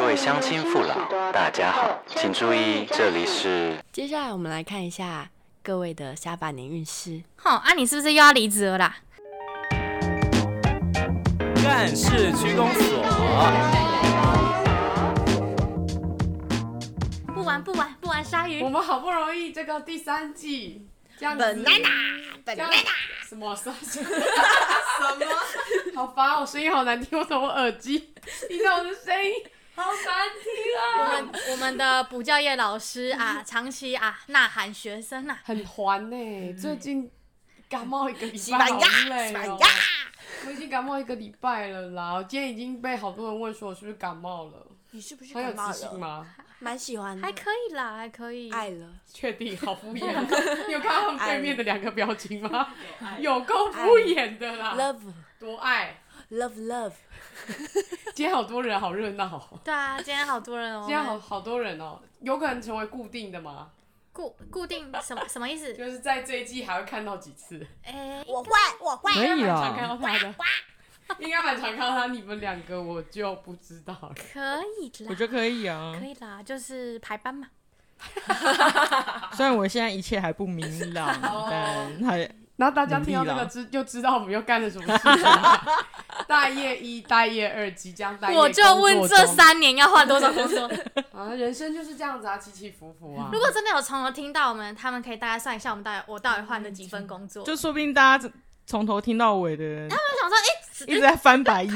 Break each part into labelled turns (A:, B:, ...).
A: 位乡亲父老，大家好，请注意，这里是
B: 接下来我们来看一下各位的下半年运势。
C: 好、啊，你是不是又要离职了啦？
D: 干事区公所，
C: 不玩不玩不玩鲨鱼
E: 我，们好不容易这个第三季这样子
C: Banana，
E: 这样子什么啥什么？好烦，哦我声音好难听，我从我耳机听到我的声音，好难听啊！
C: 我们的补教业老师 啊，长期啊呐喊学生啊，
E: 很烦呢、最近感冒一个礼
C: 西
E: 拜，
C: 班
E: 好
C: 牙，西
E: 累
C: 班
E: 哦。
C: 牙，
E: 我已经感冒一个礼拜了啦，我今天已经被好多人问说我是不是感冒了，
B: 你是不是
E: 很有自信？吗？
B: 蛮喜欢的，
C: 还可以啦，还可以。
E: 哎
B: 爱了。
E: 确定，好敷衍。 你有看到他们对面的两个表情吗？有够敷衍的啦，
B: Love
E: 多爱。
B: love love，
E: 今天好多人，好热闹哦。
C: 对啊，今天好多人哦。
E: 现在好好多人哦，有可能成为固定的吗？
C: 固固定什么什么意思？
E: 就是在这一季还会看到几次，
C: 哎、
B: 我会我会
D: 可以
C: 哦
D: 啊
E: 常看
D: 啦。
E: 到他的，应该蛮常看到他。你们两个我就不知道了，
C: 可以
D: 我
C: 啦，
D: 觉得可以啊
C: 可，以啦，就是排班嘛。啊
D: 虽然我现在一切还不明 朗，但还
E: 然后大家听到这个知就知道我们又干了什么事情了。大业一、大业二即将大业
C: 我就问
E: 工
C: 这
E: 作中
C: 三年要换多少工 作？
E: 啊，人生就是这样子啊，起起伏伏啊
C: 如。果真的有从头听到我们，他们可以大概算一下我们到底我到底换了几份工作。
D: 就说不定大家从头听到尾的
C: 我
D: 人
C: 想说，哎、
D: 一直在翻白眼，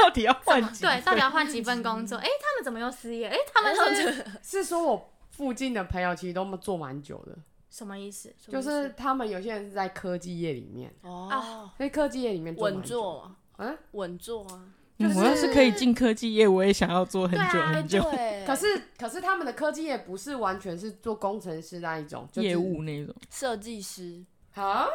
D: 到底要换几
C: 对，
D: 份
C: 到底要换几份工作？哎、他们怎么又失业？哎、他们是
E: 是说我附近的朋友其实都做蛮久的，
C: 什么意思？
E: 就是他们有些人是在科技业里面，
B: 哦，
E: 在科技业里面做
B: 稳
E: 蛮久
B: 坐嘛，
E: 嗯，
B: 稳坐啊，
D: 嗯我要是可以进科技业，我也想要做很久
C: 对啊
B: 哎
D: 很久。
B: 对，
E: 可是可是他们的科技也不是完全是做工程师那一种、就是、
D: 业务那种，
B: 设计师
E: 啊？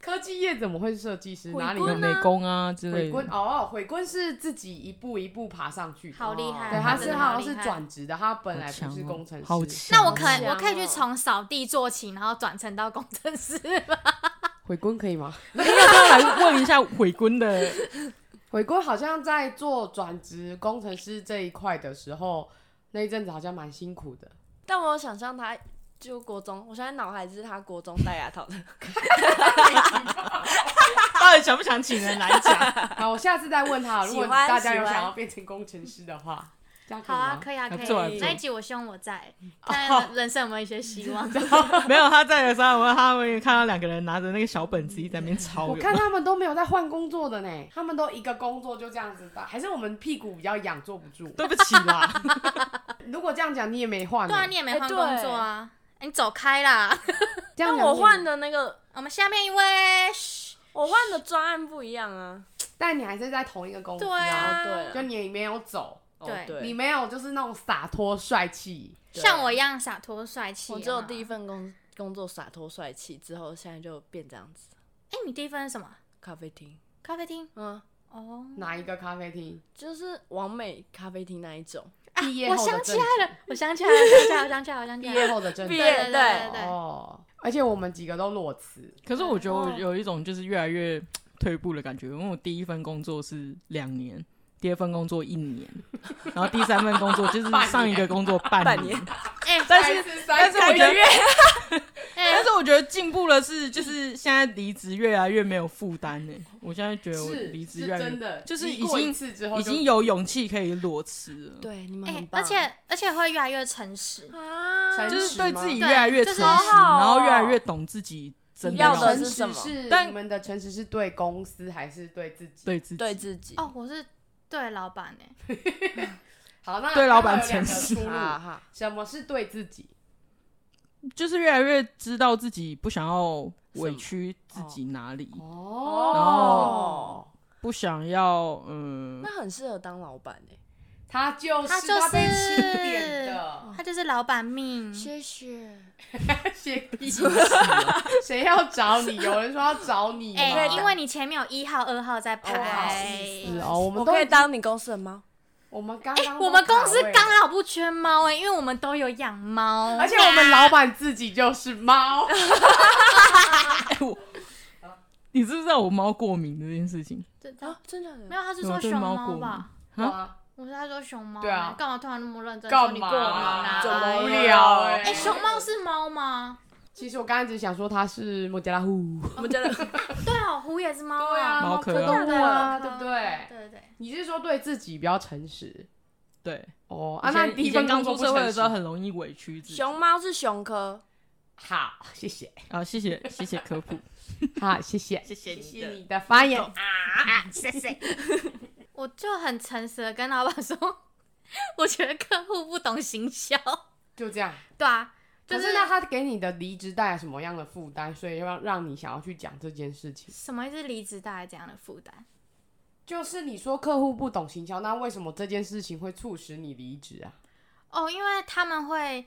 E: 科技业怎么会是设计师？
C: 回
E: 哪里
C: 归
D: 有
E: 有？
D: 美工啊之类
E: 鬼棍
D: 的，
E: 哦，鬼棍是自己一步一步爬上去的。哦
C: 好厉害，
E: 对，他
C: 他
E: 是
C: 真的
E: 好
C: 好
E: 像
C: 厉害
E: 是。转职的，他本来
D: 好
E: 不
D: 强
E: 是工
D: 哦
E: 程，师。
D: 好强。
C: 那我可
B: 强哦
C: 我可以
E: 啊
C: 去从扫地做起，然后转成到工程师吗？
E: 回棍可以吗？
D: 那来问一下悔 婚的，
E: 回棍好像在做转职工程师这一块的时候，那一阵子好像蛮辛苦的。
B: 但我有想象他就国中，我现在脑海是他国中戴牙套 的，
D: 到底想不想请人来讲？
E: 好，我下次再 问他，如果
B: 喜欢
E: 大家有
B: 喜欢
E: 想要变成工程师的话， 这样可 以
C: 好
E: 吗？
C: 啊，可以啊，可
D: 还不错还
C: 以。
D: 不错
C: 那一集我希望我 在，看人生有没有一些希望。
D: 没有，他在的时候，我他我也看到两个人拿着那个小本子一 直在那边抄。
E: 我看他们都没有在换工作的呢，他们都一个工作就这样子打，还是我们屁股比较痒，坐不住。
D: 对不起啦，
E: 如果这样讲，你也没换呢，
C: 对啊，你也没
B: 哎
C: 换
B: 对
C: 工作啊，哎你走开啦！
E: 这
B: 但
E: 样讲
B: 我
E: 你
B: 换，的那个
C: 我们下面一位，嘘
B: 我换的专案不一样啊，
E: 但你还是在同一个公司
C: 对啊，
B: 对
E: 就你没有走，
B: 哦
C: 对
E: 你
B: 对，
E: 没有就是那种洒脱帅气，
B: 对
C: 像我一样洒脱帅气。啊
B: 我只有
C: 好吗
B: 第一，啊份工工作洒脱帅气，之后现在就变这样子，
C: 哎，你第一份是什么？
B: 咖啡厅，
C: 咖啡厅
B: 嗯，
C: 哦。
E: 哪一个咖啡厅？
B: 就是完美咖啡厅那一种，
D: 啊
E: 毕业
C: 我
E: 后的
C: 想起
E: 正
C: 来
E: 职，
C: 了，我想起来了，我想起来了，我想起来了，我想起来
E: 毕业
C: 了。哎
E: 后的正
B: 毕
E: 职
B: 业
C: 对对 对
B: 对
C: 对，
E: 哦，而且我们几个都裸辞，
D: 可是我觉得
E: 嗯
D: 我有一种就是越来越退步的感觉，因为我第一份工作是两年，第二份工作一年，然后第三份工作就是
E: 半年
D: 上一个工作半
B: 半 年，
C: 哎
D: 但是
E: 是
D: 但是我觉得，但
C: 哎，
D: 是我觉得进步的是，就是现在离职越来越没有负担呢。我现在觉得我
E: 是
D: 离职
E: 是
D: 越来
E: 真
D: 越
E: 的，
D: 就是
E: 离
D: 已
E: 过一
D: 经
E: 次之后
D: 已
E: 就
D: 经有勇气可以裸辞了，
B: 对，你们很
C: 哎，
B: 棒，
C: 而且而且会越来越诚实，
B: 啊
E: 诚
D: 就是
E: 实
D: 对
E: 吗
D: 自己
C: 对
D: 越来越
C: 就
D: 诚
C: 是
D: 实，
B: 好好哦
D: 然后越来越懂自己真的
B: 要的
D: 是
B: 是什么
E: 诚实是
D: 但
E: 你们的诚实是对公司还是对自己？
D: 对自己
B: 对自己，
C: 哦，我是对老板哎，
E: 好，那
D: 对老板
E: 那有两
D: 诚
E: 个
D: 实
E: 出路
B: 哈哈，
E: 什么是对自己？
D: 就是越来越知道自己不想要委屈自己哪里，然
E: 哦
D: 后，不想要嗯
B: 那，很适合当老板哎、
E: 他就是
C: 他就是哦
E: 被钦点的，
C: 他就是老板命，
B: 谢谢，
E: 谢屁事啊！ 谁要找你？有人说要找你吗
C: 哎，因为你前面有一号、二号在
E: 好
C: 排。
E: 是哦，我们
B: 我
E: 都
B: 可以当你公司的猫，
E: 我们刚刚
C: 哎我们公司
E: 都卡位
C: 刚好不缺猫哎、因为我们都有养猫，啊
E: 而且我们老板自己就 是猫，
D: 你知不知道我猫过敏这件事情？
C: 对对
B: 啊，真的
C: 没有，他是
D: 我
C: 说
D: 对
C: 熊
D: 猫
C: 猫
D: 过
C: 吧？
D: 啊
E: 哇
C: 我是在说熊猫、欸
E: 对啊
C: 干嘛突然那么认真？
E: 干
C: 嗯说你
E: 嘛啊
C: 过敏啦、
E: 怎么
C: 哎
E: 无
C: 呀
E: 聊哎、
C: 哎、熊猫是猫吗？
E: 其实我刚才只想说它是莫加拉虎，
B: 我们真的
C: 对哦，虎也是猫
E: 对啊，
C: 啊。
D: 猫科
E: 科动物啊，
C: 猫科
E: 对不对？
C: 对对对，
E: 你是说对自己比较诚实
D: 对，
E: 哦？啊，
D: 以
E: 那
D: 前
E: 你第一
D: 以前
E: 份
D: 刚
E: 工作
D: 出
E: 不
D: 社会的时候
E: 诚实
D: 很容易委屈自己。
B: 熊猫是熊科，
E: 好，谢谢，
D: 啊，谢谢谢谢科 普，
E: 好，谢谢，
D: 谢谢你
E: 谢
D: 的
E: 谢你的发言。
C: 我就很诚实的跟老板说， 我觉得客户不懂行销。
E: 就这样，
C: 对啊，就
E: 可
C: 是
E: 是那他给你的离职带来什么样的负担？所以要让你想要去讲这件事情，
C: 什么意思？离职带来这样的负担？
E: 就是你说客户不懂行销，那为什么这件事情会促使你离职啊？
C: 哦，因为他们会，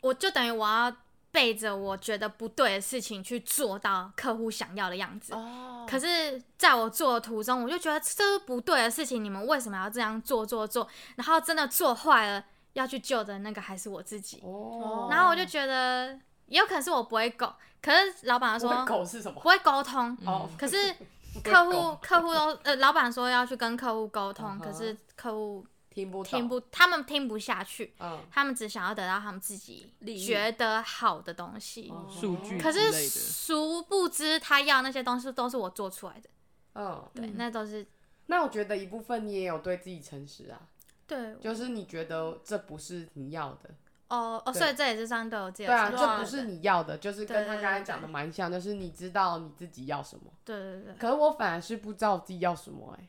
C: 我就等于我要背着我觉得不对的事情去做到客户想要的样子。
B: 哦
C: 可是，在我做的途中，我就觉得这是不对的事情，你们为什么要这样做做做？然后真的做坏了，要去救的那个还是我自己。
E: 哦
C: 然后我就觉得，也有可能是我不会狗，可是老板说
E: 我狗是什么
C: 不？会沟通，
E: 哦，
C: 可 是
E: 会
C: 客户
E: 狗
C: 客户都呃，老板说要去跟客户沟通，
E: 嗯
C: 可
E: 哼
C: 是客户
E: 听不懂
C: 听不，他们听不下去，
E: 嗯，
C: 他们只想要得到他们自己
B: 利益
C: 觉得好的东西。
E: 哦
D: 数据
C: 可
D: 之类
C: 是
D: 的，
C: 殊不知，他要那些东西都是我做出来的，
E: 嗯，
C: 对，那都是
E: 那我觉得一部分你也有对自己诚实啊，
C: 对
E: 就是你觉得这不是你要的，
C: 哦哦，
E: 对
C: 所以这也是算对我自己
E: 对
C: 的
E: 啊，
C: 成
B: 对啊
E: 这
C: 长
E: 不是你要的，就是跟他
C: 对对
E: 刚才讲的蛮像，就是你知道你自己要什么，
C: 对对对，对
E: 可是我反而是不知道我自己要什么、哎，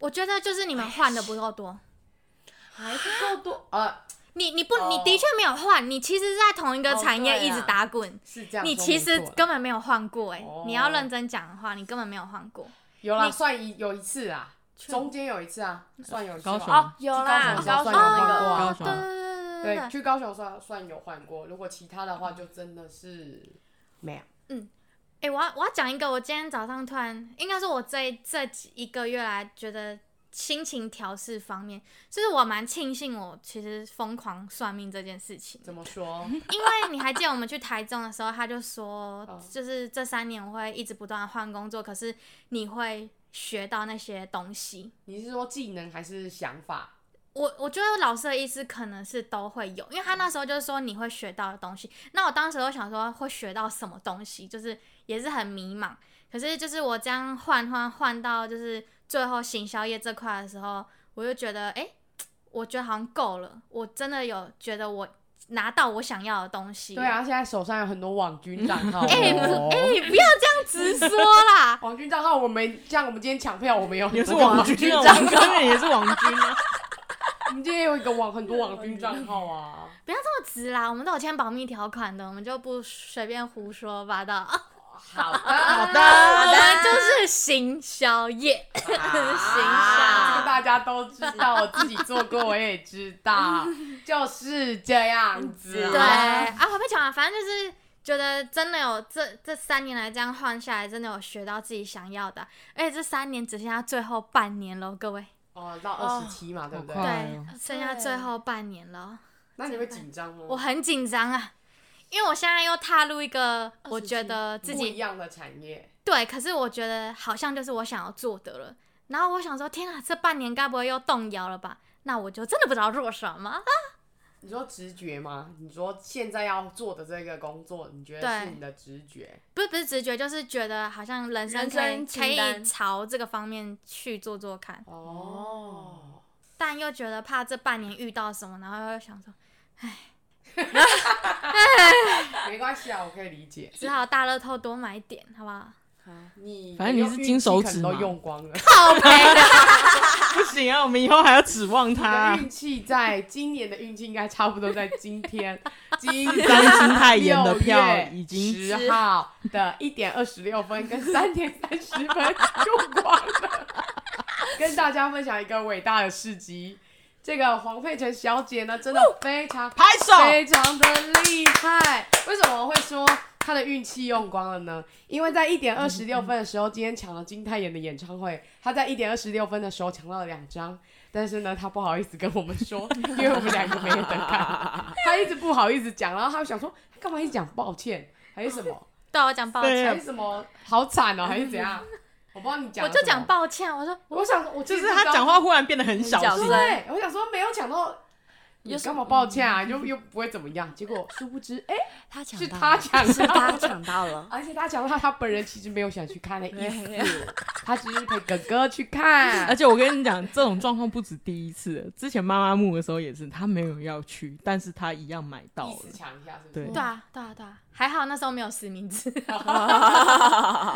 C: 我觉得就是你们换的不够多，
E: 还不够多，呃，
C: 你你不
E: 哦
C: 你的确没有换，你其实是在同一个
B: 哦
C: 产
B: 对啊
C: 业一直打滚，
E: 是这样说
C: 你
E: 没错啦，
C: 其实根本没有换过哎、
E: 哦
C: 你要认真讲的话，你根本没有换过。
E: 有啦，
C: 你
E: 算一有一次啊，中间有一次啊，算有一次吧
D: 高雄
B: 哦，有啦，
E: 去
B: 高
E: 啊
B: 雄
E: 高雄
B: 那
E: 哦
B: 个
D: 高
C: 哦，
D: 雄
C: 对对对对
E: 对，
C: 对对，
E: 去高雄算算有换过，如果其他的话就真的是没有。
C: 哎、我要我要讲一个，我今天早上突然，应该说我这这几一个月来觉得心情调试方面，就是我蛮庆幸我其实疯狂算命这件事情，
E: 怎么说？
C: 因为你还记得我们去台中的时候，他就 说
E: 哦，
C: 就是这三年我会一直不断的换工作，可是你会学到那些东西。
E: 你是说技能还是想法？
C: 我我觉得老师的意思可能是都会有，因为他那时候就是说你会学到的东西。那我当时就想说会学到什么东西，就是也是很迷茫。可是就是我这样换换换到就是最后行销业这块的时候，我就觉得哎、诶我觉得好像够了，我真的有觉得我拿到我想要的东西。
E: 对啊，现在手上有很多网军账 号、
C: 哎、
E: 哦！
C: 不，哎、不要这样直说啦
E: 网军账号我们像我们今天抢票，我们有
D: 也
E: 很
D: 是
E: 多
D: 王
E: 网
D: 军啊，
E: 账
D: 王
E: 号，
D: 哥也是王军啊，
E: 我们今天有一个网很多网军账号啊。
C: 不要这么直啦，我们都有签保密条款的，我们就不随便胡说八道。 啊、
E: 好的，好
C: 我
E: 的，
B: 哦啊
C: 们就是行销业，
E: 这个大家都知道，我自己做过，我也知道，哦就是这样子、
C: 对啊，还没讲完，反正就是觉得真的有这这三年来这样换下来，真的有学到自己想要的，而且这三年只剩下最后半年了，各位，
E: 哦，到二十七嘛，对不对？
D: 好快哎
C: 对
D: 呦，
C: 剩下最后半年了，
E: 那你会紧张吗？
C: 我很紧张啊，因为我现在又踏入一个
B: 27
C: 我觉得自
E: 不一
C: 己
E: 样的产业，
C: 对，可是我觉得好像就是我想要做的了，然后我想说，天啊，这半年该不会又动摇了吧？那我就真的不知道做什么。
E: 你说直觉吗？你说现在要做的这个工作，你觉得
C: 对
E: 是你的直觉？
C: 不是不是直觉，就是觉得好像人
B: 人
C: 生可以
B: 生
C: 可
B: 清单
C: 以朝这个方面去做做看，
E: 哦，
C: 但又觉得怕这半年遇到什么，然后又想说，
E: 没关系啊，我可以理解。
C: 只好大乐透多买一点，好不好？
E: 你
D: 反正你是金手指
E: 你的运
D: 嘛
E: 气可能都用光了，
C: 好赔的，
D: 不行啊，我们以后还要指望他
E: 你
D: 啊
E: 的，运气在今年的运气应该差不多在今天，今
D: 张
E: 天
D: 金泰妍的票已经
E: 十号的一点二十六分跟三点三十分用光了。跟大家分享一个伟大的事迹，这个黄佩岑小姐呢，真的非常
D: 拍手，
E: 非常的厉害。为什么会说她的运气用光了呢？因为在一点二十六分的时候，今天抢了金泰妍的演唱会，她在一点二十六分的时候抢到了两张。但是呢，她不好意思跟我们说，因为我们两个没有等看，她一直不好意思讲，然后她就想说，她干嘛一直讲抱歉，还是什么，
C: 对我讲抱
D: 对啊
C: 歉，
E: 还是什么，好惨哦，还是怎样？我不知道你讲
C: 我
E: 了
C: 就
E: 什么
C: 讲，抱歉，我说
E: 我想我其
D: 就
E: 实
D: 是
E: 不
D: 他
E: 知道
D: 讲话忽然变得很小
B: 很小
D: 声
B: 声，
E: 对，我想说没有讲到，你
B: 有什
E: 干
B: 么
E: 嘛抱歉啊？又又不会怎么样。结果殊不知，哎、
B: 他抢
E: 是
B: 到
E: 他
B: 了
E: 抢
B: 是
E: 到
B: 他
E: 了
B: 抢到了，
E: 而且他讲到他本人其实没有想去看的意思，
B: 对
E: 他只是陪哥哥去看。
D: 而且我跟你讲，这种状况不止第一次了，之前妈妈木的时候也是，他没有要去，但是他一样买到
E: 意
D: 了
E: 思。抢一下是不
D: 对
E: 是？
C: 对啊对啊对啊，还好那时候没有实名制，
E: 然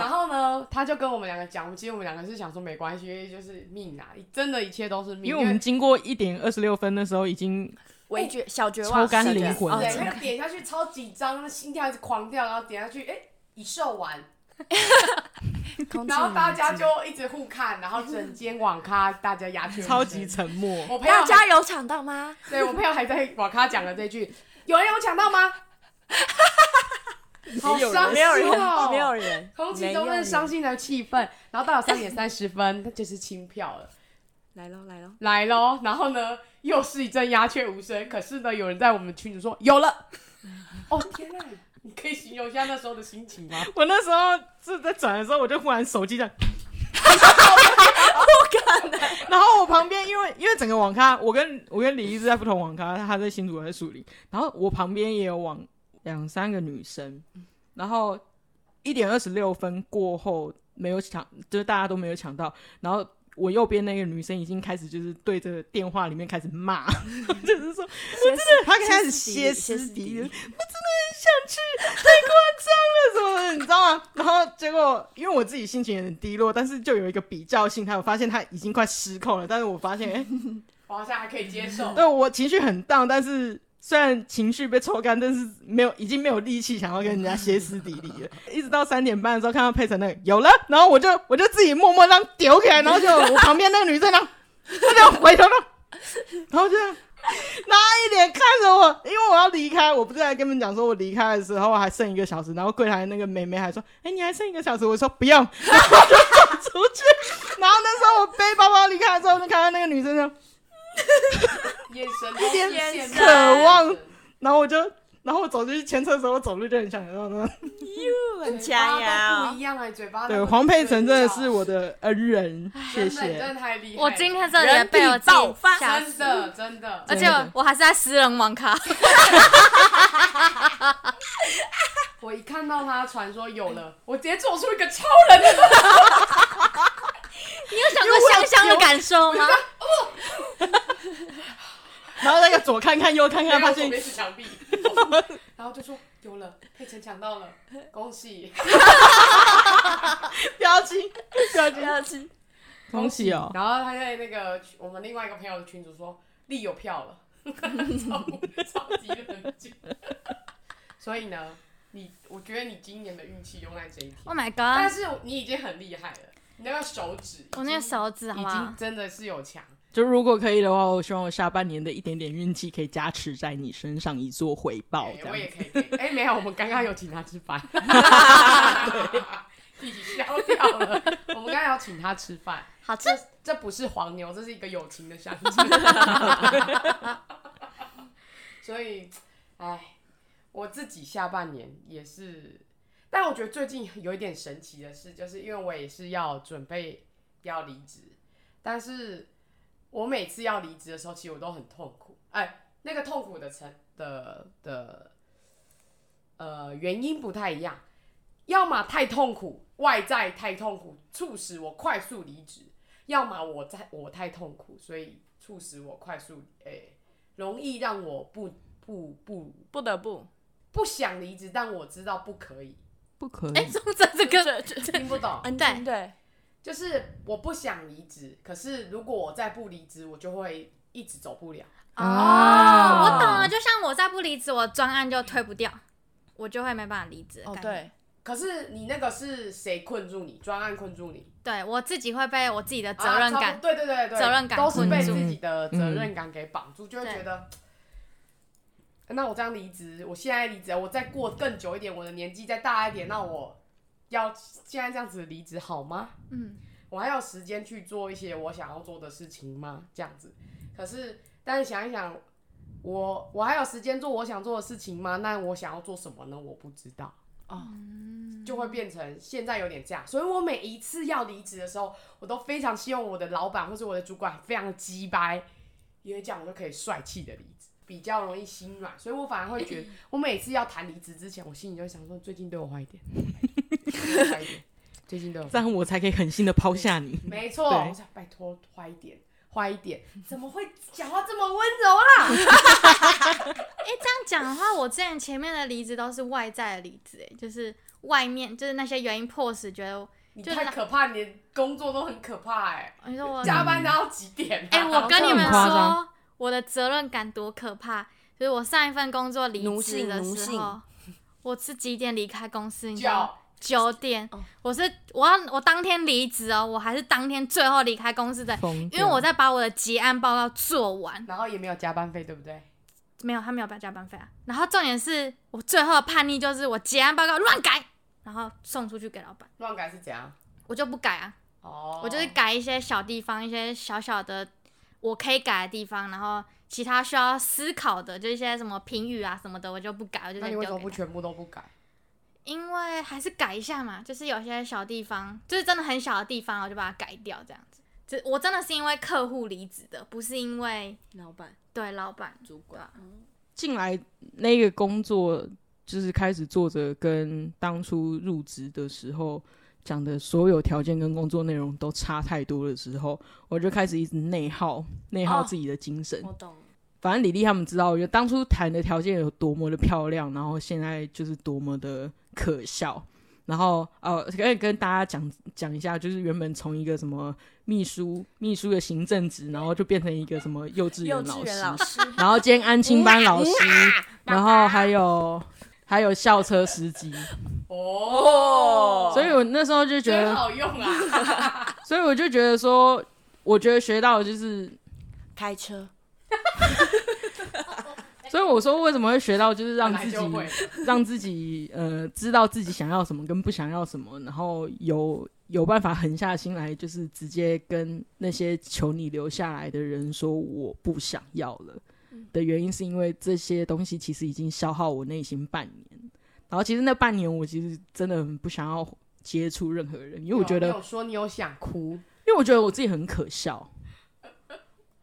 E: 后呢，他就跟我们两个讲，其实我们两个是想说没关系，因为就是命啊，真的一切都是命。
D: 因为我们经过一点二十六分的时候，已经
B: 微绝哎小绝
D: 抽
B: 望，
D: 干
B: 小绝
D: 灵
B: 望
D: 魂
B: 哦
D: 了
E: 对，
B: 真
E: 那
B: 的
E: 个点下去超紧张，那心跳一直狂跳，然后点下去，哎、已售完，
B: 空气
E: 然后大家
B: 凝
E: 就
B: 结
E: 一直互看，然后整间网咖大家鸦雀无声
D: 超级。沉默。
E: 我朋友
B: 大家有抢到吗？
E: 对我朋友还在网咖讲了这句，有人有抢到吗？好 伤
B: 没有 人
E: 心哦，，
B: 没有人，
E: 空气
B: 没
E: 中
B: 有
E: 那
B: 人
E: 伤心的气氛，然后到了三点三十分，那 就是清票了，
B: 来喽来喽，
E: 来喽。然后呢，又是一阵鸦雀无声。可是呢，有人在我们群主说有了。 哦天啊！你可以形容一下那时候的心情吗？
D: 我那时候是在转的时候，我就忽然手机这样，不可能。然后我旁边，因为因为整个网咖，我跟我跟李一是在不同网咖，他在新竹，我在树林。然后我旁边也有网两三个女生，然后一点二十六分过后没有抢，就是大家都没有抢到。然后我右边那个女生已经开始就是对着电话里面开始骂，就是说
B: 真
D: 真的，他开始歇
B: 歇
D: 斯
B: 斯
D: 底
B: 底里
D: 里，我真的很想去，太夸张了，什么的，你知道吗？然后结果，因为我自己心情也很低落，但是就有一个比较性，他我发现他已经快失控了，但是我发现，哎、
E: 我好像还可以接 受。
D: 对我情绪很荡，但是虽然情绪被抽干，但是没有，已经没有力气想要跟人家歇斯底里了。一直到三点半的时候，看到佩晨那个有了，然后我就我就自己默默这样丢起来，然后就我旁边那个女生呢，她就回头呢，然后就这样。然后一脸看着我，因为我要离开，我不是还跟你们讲说，我离开的时候还剩一个小时，然后柜台那个妹妹还说：“哎、你还剩一个小时。”我说：“不用。” 然后我就走出去。然后那时候我背包包离开的时候，就看到那个女生呢，
E: 眼神都
D: 点
E: 羡慕
B: 渴
D: 望然后我就，然后我走进去牵车的时候，我走路就很想要呢。
B: 很
E: 嘴巴
B: 强
E: 都
B: 呀
E: 不一！样哎，嘴 巴
D: 对，
E: 都
D: 黄佩晨真的是
E: 真
D: 我 的恩人，谢
E: 的，你
D: 谢
E: 真。的太厉害了。
C: 我今天真的也被我
B: 人体
C: 自
B: 爆
C: 己
B: 发
C: 吓死
E: 真。的真的，
C: 而且我我还是在私人网咖，
E: 我一看到他传说有
C: 嗯
E: 了，我直接做出一个超人 的动作
C: 你有想过香香的感受吗？
D: 然后那个左看看右看看，
E: 因为
D: 发
E: 我左
D: 现
E: 边是墙壁，然后就说有了，佩晨抢 到了，恭喜！
D: 标 记标记
B: 不，要吃，
D: 恭喜哦！
E: 然后他在那个群我们另外一个朋友的群主说力有票 了，超超级冷静。所以呢，你我觉得你今年的运气用在这一题，
C: Oh my
E: 但
C: god！
E: 是你已经很厉害了，你那个手指已经
C: 我那个手指好
E: 已
C: 不好
E: 经？真的是有强。
D: 就如果可以的话，我希望我下半年的一点点运气可以加持在你身上，以作回报。
E: 哎
D: 这
E: 我也
D: 样，
E: 可以给。哎、没有，我们刚刚有请他吃 饭， 抵消掉了。我们刚刚有请他吃饭，
C: 好吃
E: 这这不是黄牛，这是一个友情的象征。所以，哎，我自己下半年也是，但我觉得最近有一点神奇的事，就是因为我也是要准备要离职，但是我每次要离职的时候，其实我都很痛苦。哎，那个痛苦的程的的呃原因不太一样，要么太痛苦，外在太痛苦，促使我快速离职；要么我在我太痛苦，所以促使我快速哎、容易让我不不不
B: 不得不，
E: 不想离职，但我知道不可以，
D: 不可
C: 哎，
D: 以，
C: 中正这个
E: 听不懂。
B: 嗯，
C: 对
B: 对，
E: 就是我不想离职，可是如果我再不离职，我就会一直走不了。
C: 哦，我
D: 啊
C: 懂了。就像我再不离职，我专案就推不掉，我就会没办法离职。
B: 哦，对，
E: 可是你那个是谁困住你？专案困住你？
C: 对我自己会被我自己的责任
E: 啊差
C: 感
E: 不多对对对对，
C: 责任感
E: 都是被
D: 困住
E: 自己的责任感给绑住，就会觉得，那我这样离职，我现在离职，我再过更久一点，我的年纪再大一点，那我要现在这样子离职好吗？
C: 嗯，
E: 我还有时间去做一些我想要做的事情吗？这样子，可是但是想一想，我我还有时间做我想做的事情吗？那我想要做什么呢？我不知道。
B: 哦，
E: 就会变成现在有点这样。所以我每一次要离职的时候，我都非常希望我的老板或者我的主管非常的鸡掰，因为这样我就可以帅气的离职，比较容易心软。所以我反而会觉得，我每次要谈离职之前，我心里就会想说，最近对我坏一点，拜托对我坏一点，最近对我坏一点
D: 这样我才可以狠心的抛下你。
E: 没错，
D: 对
E: 我想拜托坏一点。坏一点，怎么会讲话这么温柔啦？
C: 这样讲的话，我之前前面的离职都是外在的离职，哎，就是外面就是那些原因迫使觉得，
E: 你
C: 就是
E: 太可怕，你的工作都很可怕哎、
C: 你说我
E: 加班到几点、啊？
C: 哎、我跟你们
D: 这很夸张
C: 说，我的责任感多可怕！就是我上一份工作离
B: 奴
C: 职
B: 性
C: 的
B: 奴
C: 时
B: 性
C: 候，我是几点离开公司？你知道吗
E: 叫？
C: 九点
B: 哦。
C: 我是我要我当天离职哦，我还是当天最后离开公司的，
D: 疯
C: 因为我在把我的结案报告做完。
E: 然后也没有加班费，对不对？
C: 没有，他没有把加班费啊。然后重点是我最后的叛逆就是我结案报告乱改，然后送出去给老板，
E: 乱改是怎样？
C: 我就不改啊。
E: 哦，
C: 我就是改一些小地方，一些小小的我可以改的地方，然后其他需要思考的，就一些什么评语啊什么的，我就不改，我就
E: 那
C: 直接
E: 你为什
C: 丢
E: 么不
C: 给他。
E: 全部都不改？
C: 因为还是改一下嘛，就是有些小地方，就是真的很小的地方，我就把它改掉，这样子。这我真的是因为客户离职的，不是因为
B: 老板、
C: 对老板。
B: 主管，
D: 进来那个工作，就是开始做着跟当初入职的时候讲的所有条件跟工作内容都差太多的时候，我就开始一直内耗，内耗
B: 哦
D: 自己的精神。
B: 我懂。
D: 反正李丽他们知道，我觉得当初谈的条件有多么的漂亮，然后现在就是多么的可笑。然后呃，可以跟大家讲讲一下，就是原本从一个什么秘书、秘书的行政职，然后就变成一个什么幼稚
B: 幼
D: 园老
B: 稚
D: 师
B: 园，老师，
D: 然后兼安亲班老师，
E: 啊
D: 然后还有还有校车司机，
E: 哦，
D: 所以我那时候就觉
E: 真
D: 得，
E: 好用啊！
D: 所以我就觉得说，我觉得学到的就是
B: 开车，
D: 所以我说为什么会学到，就是让
E: 本来
D: 自己
E: 就会
D: 让自己呃知道自己想要什么跟不想要什么，然后有有办法狠下心来，就是直接跟那些求你留下来的人说我不想要了。
C: 嗯
D: 的原因是因为这些东西其实已经消耗我内心半年，然后其实那半年我其实真的很不想要接触任何人，因为我
C: 啊
D: 觉得
E: 哦你有说你有想哭，
D: 因为我觉得我自己很可笑，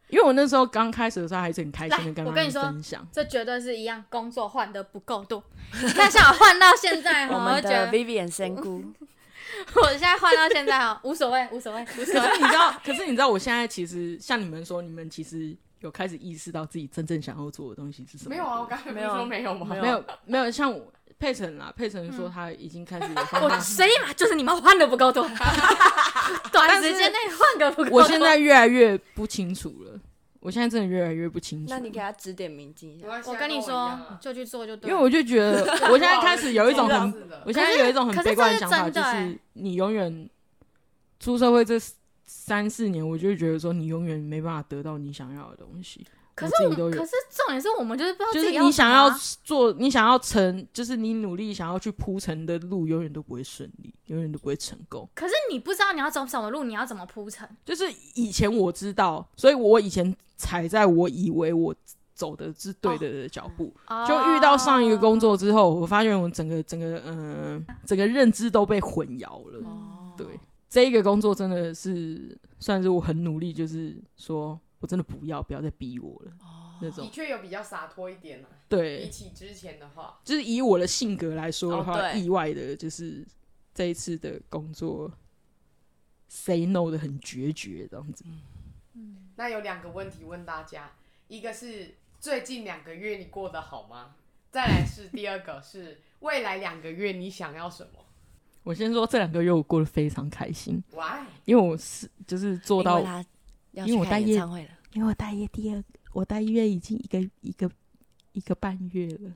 D: 因为我那时候刚开始的时候还是很开心
C: 来
D: 的跟
C: 我
D: 他
C: 跟你
D: 们
C: 说
D: 分享。
C: 这绝对是一样，工作换的不够多。你看，像我换到现 在
B: 我
C: 哦，我
B: 们
C: 就觉
B: 的
C: 得
B: Vivian 仙姑，
C: 我现在换到现在哦，无所谓，无所谓，无所
D: 可
C: 谓。
D: 是你知道，可是你知道，我现在其实像你们说，你们其实有开始意识到自己真正想要做的东西是什么。
E: 没有啊？我，刚才不是说没有吗？
D: 没有，没有。像我佩晨啦，佩晨说他已经开始有方
C: 嗯我
D: 向。
C: 随意嘛，就是你们换的不够 多，短时间内换个不够多。
D: 我现在越来越不清楚了，我现在真的越来越不清楚
B: 那。你给他指点迷津一
E: 没
B: 下。
E: 关系啊，
C: 我跟你
E: 一样
C: 说
E: 啊，，
C: 就去做就
D: 因
C: 对
D: 为
C: 了。
D: 我就觉得，我现在开始有 一种很，
E: 是的
D: 我现在有一种
C: 可
D: 很
C: 是
D: 悲观的想
C: 可
D: 法，
C: 是这
D: 就是
C: 真的欸
D: 是你永远出社会这三四年，我就觉得说你永远没办法得到你想要的东西。
C: 可
D: 我
C: 是
D: 自
C: 我
D: 己都
C: 们，
D: 有
C: 可是重点是我们就是不知道
D: 就
C: 自
D: 是
C: 己
D: 你
C: 什
D: 想
C: 么
D: 要
C: 啊
D: 做，你想要成，就是你努力想要去铺成的路，永远都不会顺利，永远都不会成功。
C: 可是你不知道你要走什么路，你要怎么铺陈？
D: 就是以前我知道，所以我以前踩在我以为我走的是
C: 哦
D: 对的的脚步，就遇到上一个工作之后，我发现我整个整个嗯、整个认知都被混淆了。
E: 哦
D: 对，这一个工作真的是算是我很努力，就是说我真的不要不要再逼我了、
C: 哦
D: 那种
E: 的。确有比较洒脱一点啊，
D: 对
E: 比，起之前的话，
D: 就是以我的性格来说的话，
B: 哦对
D: 意外的就是这一次的工作，say no 的很决绝这样子。
E: 那有两个问题问大家，一个是最近两个月你过得好吗？再来是第二个是未来两个月你想要什么
D: 我先说这两个月我过得非常开心，
E: ？Why？
D: 因为我是就是做
B: 因
D: 到
B: 为，他要
D: 因
B: 去
D: 为我待
B: 看
D: 业
B: 演唱会了，
D: 因为我待业第二，我待业已经一个一个一个半月了，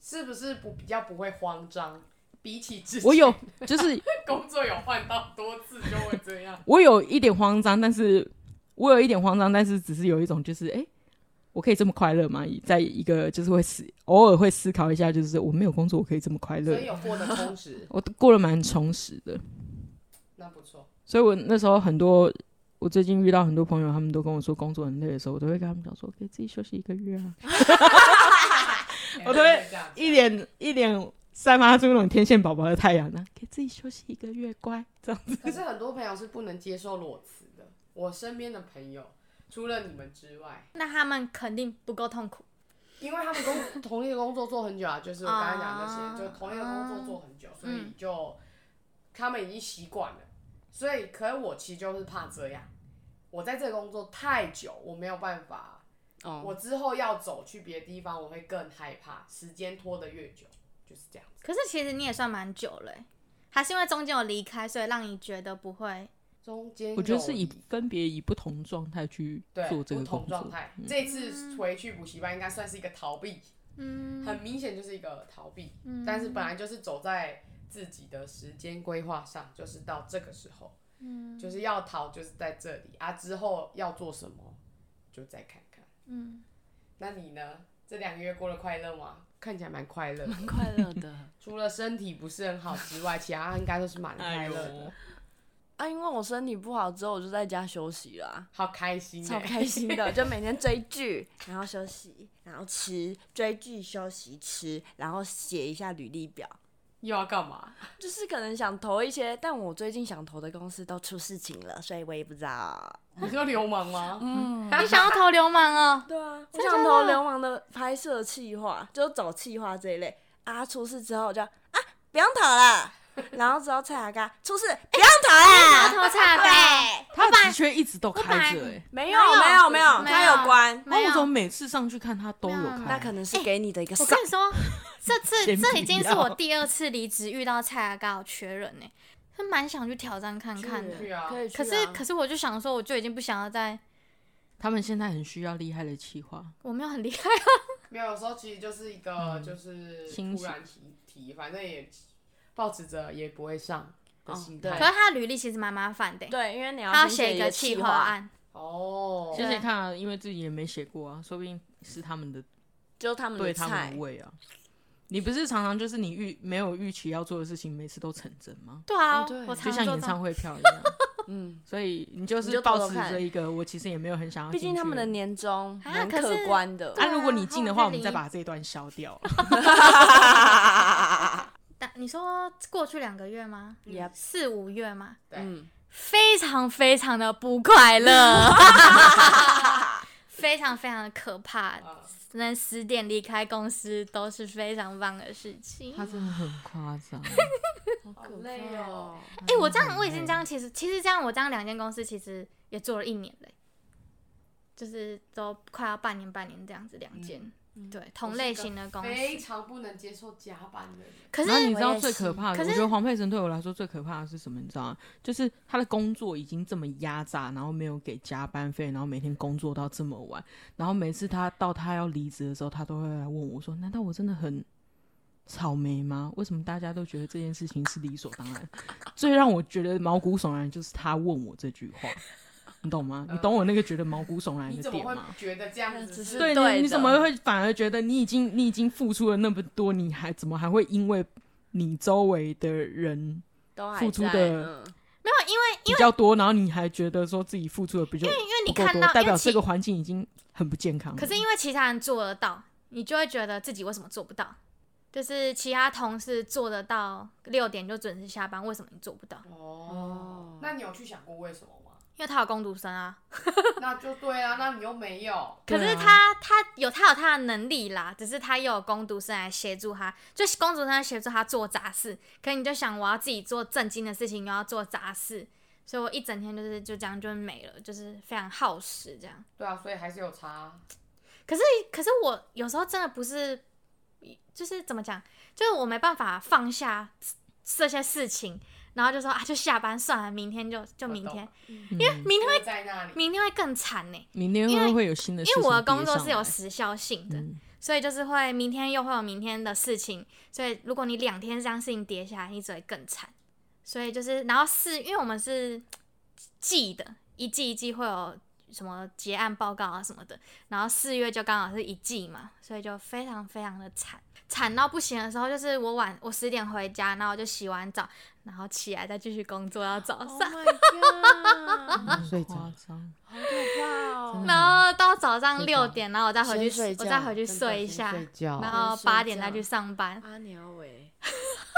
E: 是不是不比较不会慌张？比起之前，
D: 我有就是
E: 工作有换到多次就会这 样。
D: 我有一点慌张，但是我有一点慌张，但是只是有一种就是哎。诶我可以这么快乐吗？在一个就是会思偶尔会思考一下，就是我没有工作，我可以这么快乐
E: 所以有过得充实，
D: 我过得蛮充实的，
E: 那不错。
D: 所以我那时候很多，我最近遇到很多朋友，他们都跟我说工作很累的时候，我都会跟他们讲说， 给自己休息一个月啊，我都会
E: 哎这样，
D: 一脸一脸散发出那种天线宝宝的太阳呢、给自己休息一个月，乖，这样子。
E: 可是很多朋友是不能接受裸辞的，我身边的朋友除了你们之外，
C: 那他们肯定不够痛苦。
E: 因为他们工同一个工作做很久啊，就是我刚才讲那
C: 啊
E: 些，就同一个工作做很久，所以就他们已经习惯了。所以，可是我其实就是怕这样，我在这个工作太久，我没有办法。
B: 哦，
E: 我之后要走去别的地方，我会更害怕，时间拖得越久，就是这样子。
C: 可是其实你也算蛮久了欸，还是因为中间有离开，所以让你觉得不会
E: 中间
D: 我觉得是
E: 有
D: 以分别以不同状态去
E: 对
D: 做这个
E: 不
D: 工
E: 同状
D: 作。哎嗯
E: 态，这一次回去补习班应该算是一个逃避，嗯，很明显就是一个逃避，
B: 嗯
E: 但是本来就是走在自己的时间规划上，就是到这个时候，嗯，就是要逃就是在这里啊，之后要做什么就再看看，嗯，那你呢？这两个月过得快乐吗？看起来蛮快乐的，
B: 蛮快乐的
E: 除了身体不是很好之外，其他应该都是蛮快乐
D: 哎
E: 的，
B: 啊，因为我身体不好之后，我就在家休息 啦。
E: 好开心、
B: 超
E: 欸，
B: 开心的， 就每天追剧，然后休息，然后吃，追剧休息吃，然后写一下履历表，
E: 又要干嘛？
B: 就是可能想投一些，但我最近想投的公司都出事情了，所以我也不知道。
E: 你说流氓吗？
B: 嗯，
C: 你想要投流氓哦。
B: 对啊，我想投流氓的拍摄企划，就走企划这一类啊。出事之后就啊，不用投了。 然后之后蔡雅刚出事，不用投
C: 要
B: 了。
C: 投差的，
D: 他的职缺一直都开
C: 我
D: 着
C: 本
D: 哎、
C: 来
B: 没
C: 有
B: 有没有没有，
C: 没
B: 他
C: 有
B: 有关，
C: 没
D: 然后我怎
C: 有。
D: 么每次上去看他都有
C: 没有
D: 开？
B: 那可能是给你的一个
C: 哎我
B: 上
C: 跟你说，这次
D: 先
C: 这
D: 不
C: 已经是
D: 要
C: 我第二次离职遇到蔡阿嘎有缺人呢、是蛮想去挑战看看的。
E: 去啊
B: 可以去
C: 可
B: 啊
C: 是可是我就想说，我就已经不想要再，
D: 他们现在很需要厉害的企划，
C: 我没有很厉害。
E: 没有，有时候其实就是一个就是
D: 欣
E: 突
D: 喜
E: 然提提，反正也保持着也不会上的
B: 哦
E: 心
B: 对
C: 可
E: 态。
C: 是他的履历其实蛮麻烦的、欸
B: 对，因啊为你要
C: 他要
B: 先
C: 写一个
B: 企
C: 企划，案，
E: 哦，
D: 写写看啊，因为自己也没写过啊，说不定是他们的
B: 就是他们
D: 对
B: 的
D: 他
B: 菜
D: 们的。味啊。你不是常常就是你预没有预期要做的事情，每次都成真吗？
C: 对啊，
B: 哦对
C: 我
D: 就
C: 常常做
D: 像演
C: 这种
D: 唱会票 一样，
B: 嗯，
D: 所以你就
B: 你
D: 是
B: 就偷偷
D: 保持
B: 看
D: 着一个我其实也没有很想要
B: 毕
D: 进去。
B: 竟他们的年终
C: 啊
B: 蛮
C: 可是
B: 可观 的。
C: 对
D: 啊，如果你
C: 啊
D: 进的
C: 他
D: 话，我
C: 们
D: 们
C: 在
D: 再把这一段消掉。
C: 但你说过去两个月吗？
B: Yep
C: 四五月吗？
E: 对，
B: 嗯，
C: 非常非常的不快乐，非常非常的可怕。
E: 啊，
C: 能十点离开公司都是非常棒的事情。
D: 他真的很夸张，啊
E: 好累
B: 嗯
E: 哦。
C: 哎、我这样我已经这样，其实其实这样我这样两间公司其实也做了一年嘞、就是都快要半年半年这样子两间，对同类型的公
E: 非
C: 司。
E: 常不能接受加班的人，
C: 可
D: 然后
C: 是
D: 你知道最可怕的，
C: 可
D: 我
C: 是
D: 觉得黄佩岑对我来说最可怕的是什么？你知道吗？就是她的工作已经这么压榨，然后没有给加班费，然后每天工作到这么晚，然后每次她到她要离职的时候，她都会来问我说：“难道我真的很草莓吗？为什么大家都觉得这件事情是理所当然？”最让我觉得毛骨悚然就是她问我这句话，你懂吗？你懂我那个觉得毛骨悚然
E: 你
D: 的
E: 怎么
D: 点
E: 会
D: 吗？
E: 觉得这样子
B: 只
E: 是
B: 是？
D: 对，
B: 对
D: 你你
B: 的
D: 怎么会反而觉得你已经你已经付出了那么多，你还怎么还会因为你周围的人
B: 都还
D: 付出
B: 在
D: 的
B: 嗯
C: 没有，因为
D: 比较多，然后你还觉得说自己付出的比较
C: 因为你
D: 不够
C: 看
D: 多
C: 到，，因
D: 代
C: 为
D: 表
C: 其
D: 这个环境已经很不健康了。
C: 可是因为其他人做得到，你就会觉得自己为什么做不到？就是其他同事做得到六点就准时下班，为什么你做不到？
E: 哦，那你有去想过为什么吗？
C: 因为他有工读生啊。
E: 那就对啊，那你又没有，
C: 可
D: 对
C: 是
D: 啊
C: 他、他有他有他的能力啦，只是他又有工读生来协助他，就是工读生来协助他做杂事。可你就想，我要自己做正经的事情，又要做杂事，所以我一整天就是就这样就没了，就是非常耗时这样。
E: 对啊，所以还是有差。
C: 可是我有时候真的不是，就是怎么讲，就是我没办法放下这些事情，然后就说啊，就下班算了，明天就就明天，
D: 因
C: 明天
E: 因为在那里，
C: 明天会更惨呢、
D: 明天
C: 因
D: 会
C: 为
D: 会有新的事
C: 因为
D: 情叠上
C: 我
D: 来，
C: 的工作是有时效性的，
D: 嗯
C: 所以就是会明天又会有明天的事情，所以如果你两天这样事情叠下来，你只会更惨。所以就是，然后是因为我们是季的，一季一季会有什么结案报告啊什么的，然后四月就刚好是一季嘛，所以就非常非常的惨，惨到不行的时候，就是我晚我十点回家，然后我就洗完澡，然后起来再继续工作到早上。
E: 啊
B: Oh my god！
D: 很
E: 睡着
D: 夸张。
B: 好可怕哦！哦，
C: 然后到早上六点，然后我再回去，
E: 先睡觉
C: 我再回去
E: 真的
C: 睡一下
E: 先，睡觉
C: 然后八点再去上班。
B: 阿鸟 尾，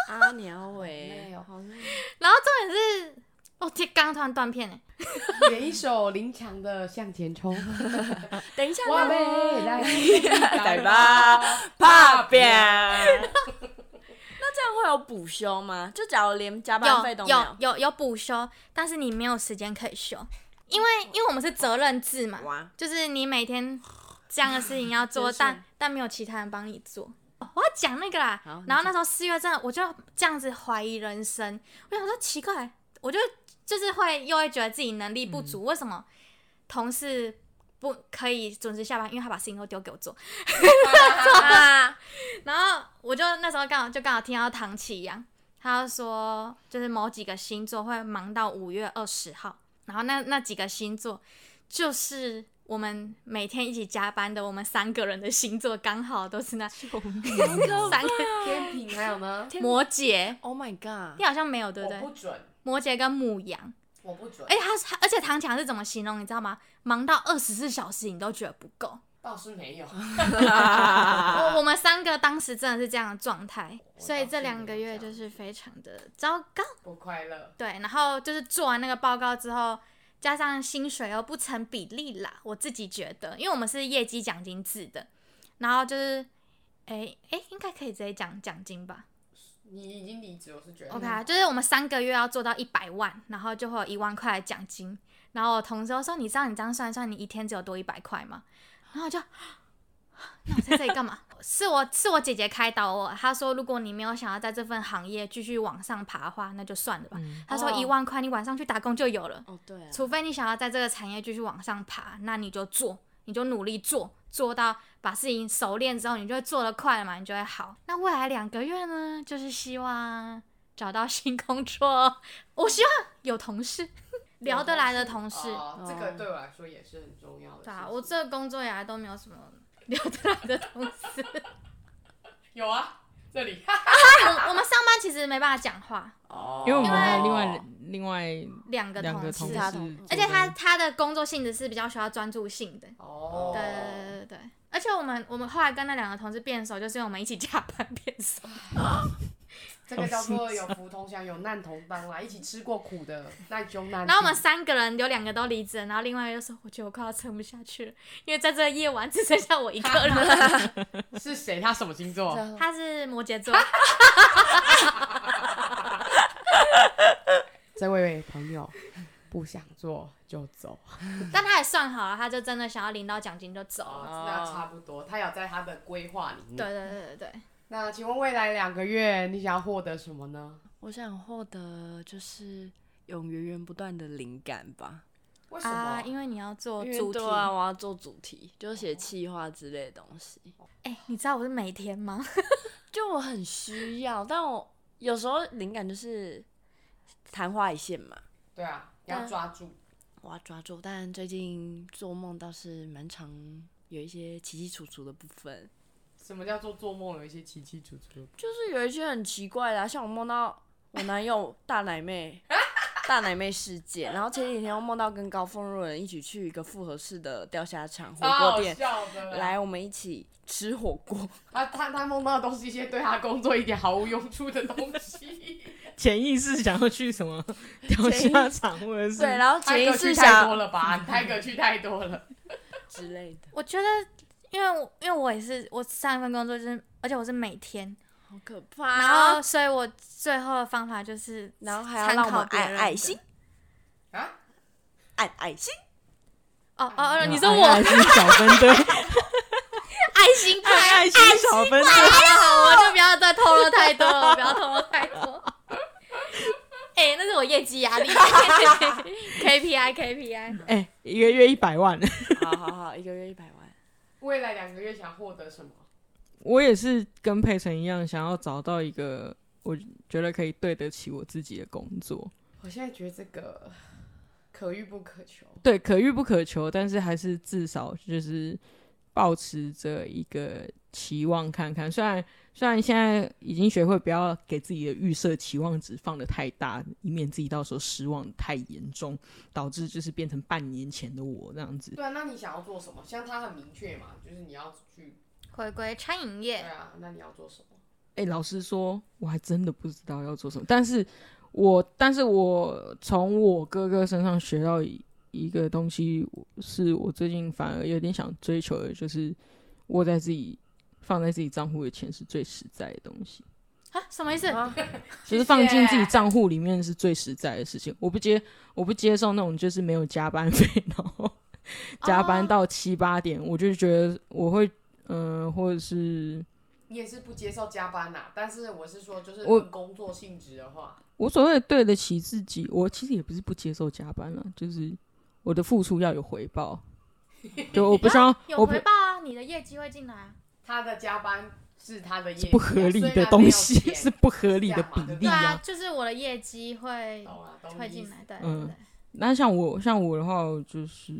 B: 阿鸟尾
E: 累哦，
B: 好累。
C: 然后重点是，哦天，刚刚突然断片哎，
E: 演一首林强的《向前冲》，
B: 等一下，
E: 哇
B: 那
E: 喂，来，
B: 来吧，怕变。 那这样会有补休吗？就假如连加班费都
C: 有
B: 没有
C: 有，有有补休，但是你没有时间可以休，因为因为我们是责任制嘛，
B: 哇，
C: 就是你每天这样的事情要做，
B: 真是
C: 但但没有其他人帮你做。哦我要讲那个啦
B: 好，
C: 然后那时候四月真的，我就这样子怀疑人生，我想说奇怪，我就就是会又会觉得自己能力不足，为什么同事不可以准时下班？因为他把事情都丢给我做， 啊 然后我就那时候刚好就刚好听到唐启阳，他就说就是某几个星座会忙到五月二十号，然后那那几个星座就是我们每天一起加班的我们三个人的星座刚好都是那三个
E: 天平啊还有呢？
C: 摩羯，
B: ，Oh my god，
C: 你好像没有对不对？
E: 准，
C: 摩羯跟母羊，
E: 我不准
C: 哎、他他而且唐强是怎么形容你知道吗？忙到二十四小时你都觉得不够。
E: 倒是没有。
C: 我我们三个当时真的是这样的状态，
E: 啊我
C: 所以
E: 倒
C: 这
E: 是
C: 两
E: 没
C: 个
E: 有
C: 月
E: 这
C: 就
E: 样
C: 是非常的糟糕。
E: 不快乐。
C: 对，然后就是做完那个报告之后，加上薪水又不成比例啦，我自己觉得，因为我们是业绩奖金制的，然后就是，诶诶，应该可以直接讲奖金吧
E: 你已经离职，我是觉得
C: ？OK 啊，就是我们三个月要做到一百万，然后就会有一万块的奖金。然后我同事就说：“你知道你这样算一算，你一天只有多一百块吗？”然后我就，那我在这里干嘛？ 是我是我姐姐开导我，她说如果你没有想要在这份行业继续往上爬的话，那就算了吧。她说
B: 哦
C: 一万块你晚上去打工就有了，
B: 哦对
E: 嗯
B: 啊，
C: 除非你想要在这个产业继续往上爬，那你就做，你就努力做，做到把事情熟练之后，你就会做得快了嘛，你就会好。那未来两个月呢，就是希望找到新工作， 我希望有同事， 聊得来的同事。
E: 哦这
B: 哦
E: 个对我来说也是很重要的事情。
C: 对啊，我这个工作以来都没有什么 聊得来的同 事。
E: 有啊，这里。
C: 我我们上班其实没办法讲话，
E: 哦
D: 因为我们还有另外另外
C: 两个
D: 两
C: 同
D: 个
C: 事
D: 同，事
B: 他同，
C: 而且他他的工作性质是比较需要专注性的。
E: 哦，
C: 对对对对，对，而且我们我们后来跟那两个同事变熟，就是因为我们一起加班变 熟。
E: 这个叫做有福同享，有难同当啦，一起吃过苦的，难兄难弟。
C: 然后我们三个人有两个都离职了，然后另外一个就说：“我觉得我快要撑不下去了，因为在这个夜晚只剩下我一个 人。
E: 是谁？他什么星座？
B: 这”
C: 他是摩 羯座，
E: 这位朋友不想做就走。
C: 但他也算好啊了，他就真的想要领到奖金就走了。
E: 哦，那差不多，他有在他的规划里面。
C: 对对对对对，
E: 那请问未来两个月你想要获得什么呢？
B: 我想获得就是有源源不断的灵感吧。
E: 为什
C: 啊，
E: 么？
C: 因为你要做
B: 因为
C: 主题。
B: 对啊，我要做主题，就写企划之类的东西。
C: 哎、你知道我是每天吗？
B: 就我很需要，但我有时候灵感就是昙花一现嘛，
E: 对啊，
B: 嗯
E: 要抓住。
B: 我要抓住。但最近做梦倒是蛮常有一些奇奇楚楚的部分，
E: 什么叫做做梦有一些奇奇楚楚？
B: 就是有一些很奇怪的啊、像我梦到我男友大奶妹。大奶妹事件，然后前几天又梦到跟高凤若人一起去一个复合式的钓虾场火
E: 超
B: 锅
E: 好
B: 店，
E: 笑的啦。
B: 来我们一起吃火 锅。
E: 他他他梦到的都是一些对他工作一点毫无用处的东西，
D: 潜意识想要去什么钓虾场或者是
B: 对，然后
E: 泰
B: 潜意
E: 哥去
B: 识
E: 太多
B: 想
E: 了吧？泰哥去太多了，
B: 之类的，
C: 我觉得，因为我因为我也是我上一份工作就是，而且我是每天，
B: 好可
E: 啊
B: 怕。哦
C: 然后所以我最后的方法就是
B: 然后还要
C: 参
B: 让我
C: 考
B: 们
C: 别人
B: 按
C: 的
B: 爱心，
E: 啊，
B: 按爱心。
C: 哦哦
E: 嗯
C: 哦，你
D: 说
C: 说我
D: 爱心小分 队，
C: 爱心派，
D: 爱爱心小分队，
C: 好了好了，我就不要再透露太 多了，不要透露太多。哎、那是我业绩 压力，KPI KPI。
D: 哎、一个月一百万，
B: 好好好，一个月一百万。
E: 未来两个月想获得什么？
D: 我也是跟佩晨一样，想要找到一个我觉得可以对得起我自己的工作，
E: 我现在觉得这个可遇不可求，
D: 对，可遇不可求，但是还是至少就是保持着一个期望看看。虽然虽然现在已经学会不要给自己的预设期望值放的太大，以免自己到时候失望得太严重，导致就是变成半年前的我这样子。
E: 对啊，那你想要做什么？像他很明确嘛，就是你要去，
C: 回归餐饮
E: 对
C: 业，
E: 啊，那你要做什么？
D: 哎、老实说，我还真的不知道要做什么，但是我但是我从我哥哥身上学到一一个东西，是我最近反而有点想追求的，就是握在自己放在自己账户的钱是最实在的东西。
C: 啊，什么意思？
B: 啊
D: 就是放进自己账户里面是最实在的事情。我不接，我不接受那种就是没有加班费， 然后加班到七八点，我就觉得我会，嗯、或者是
E: 你也是不接受加班呐、但是我是说，就是
D: 我
E: 论工作性质的话，
D: 我所谓的对得起自己，我其实也不是不接受加班了，就是我的付出要有回报。就我不希望，
C: 有
D: 我不
C: 回报啊，你的业绩会进来啊。
E: 他的加班是他的业绩啊
D: 不合理
E: 虽然没
D: 的
E: 有
D: 东西
E: 钱
D: 是不合理的比例
C: 对
E: 呀
C: 啊，就是我的业绩会
E: 懂啊，懂
C: 会
E: 你意
C: 进
E: 思。
C: 来，对
D: 嗯
C: 对对。
D: 那像我像我的话，我就是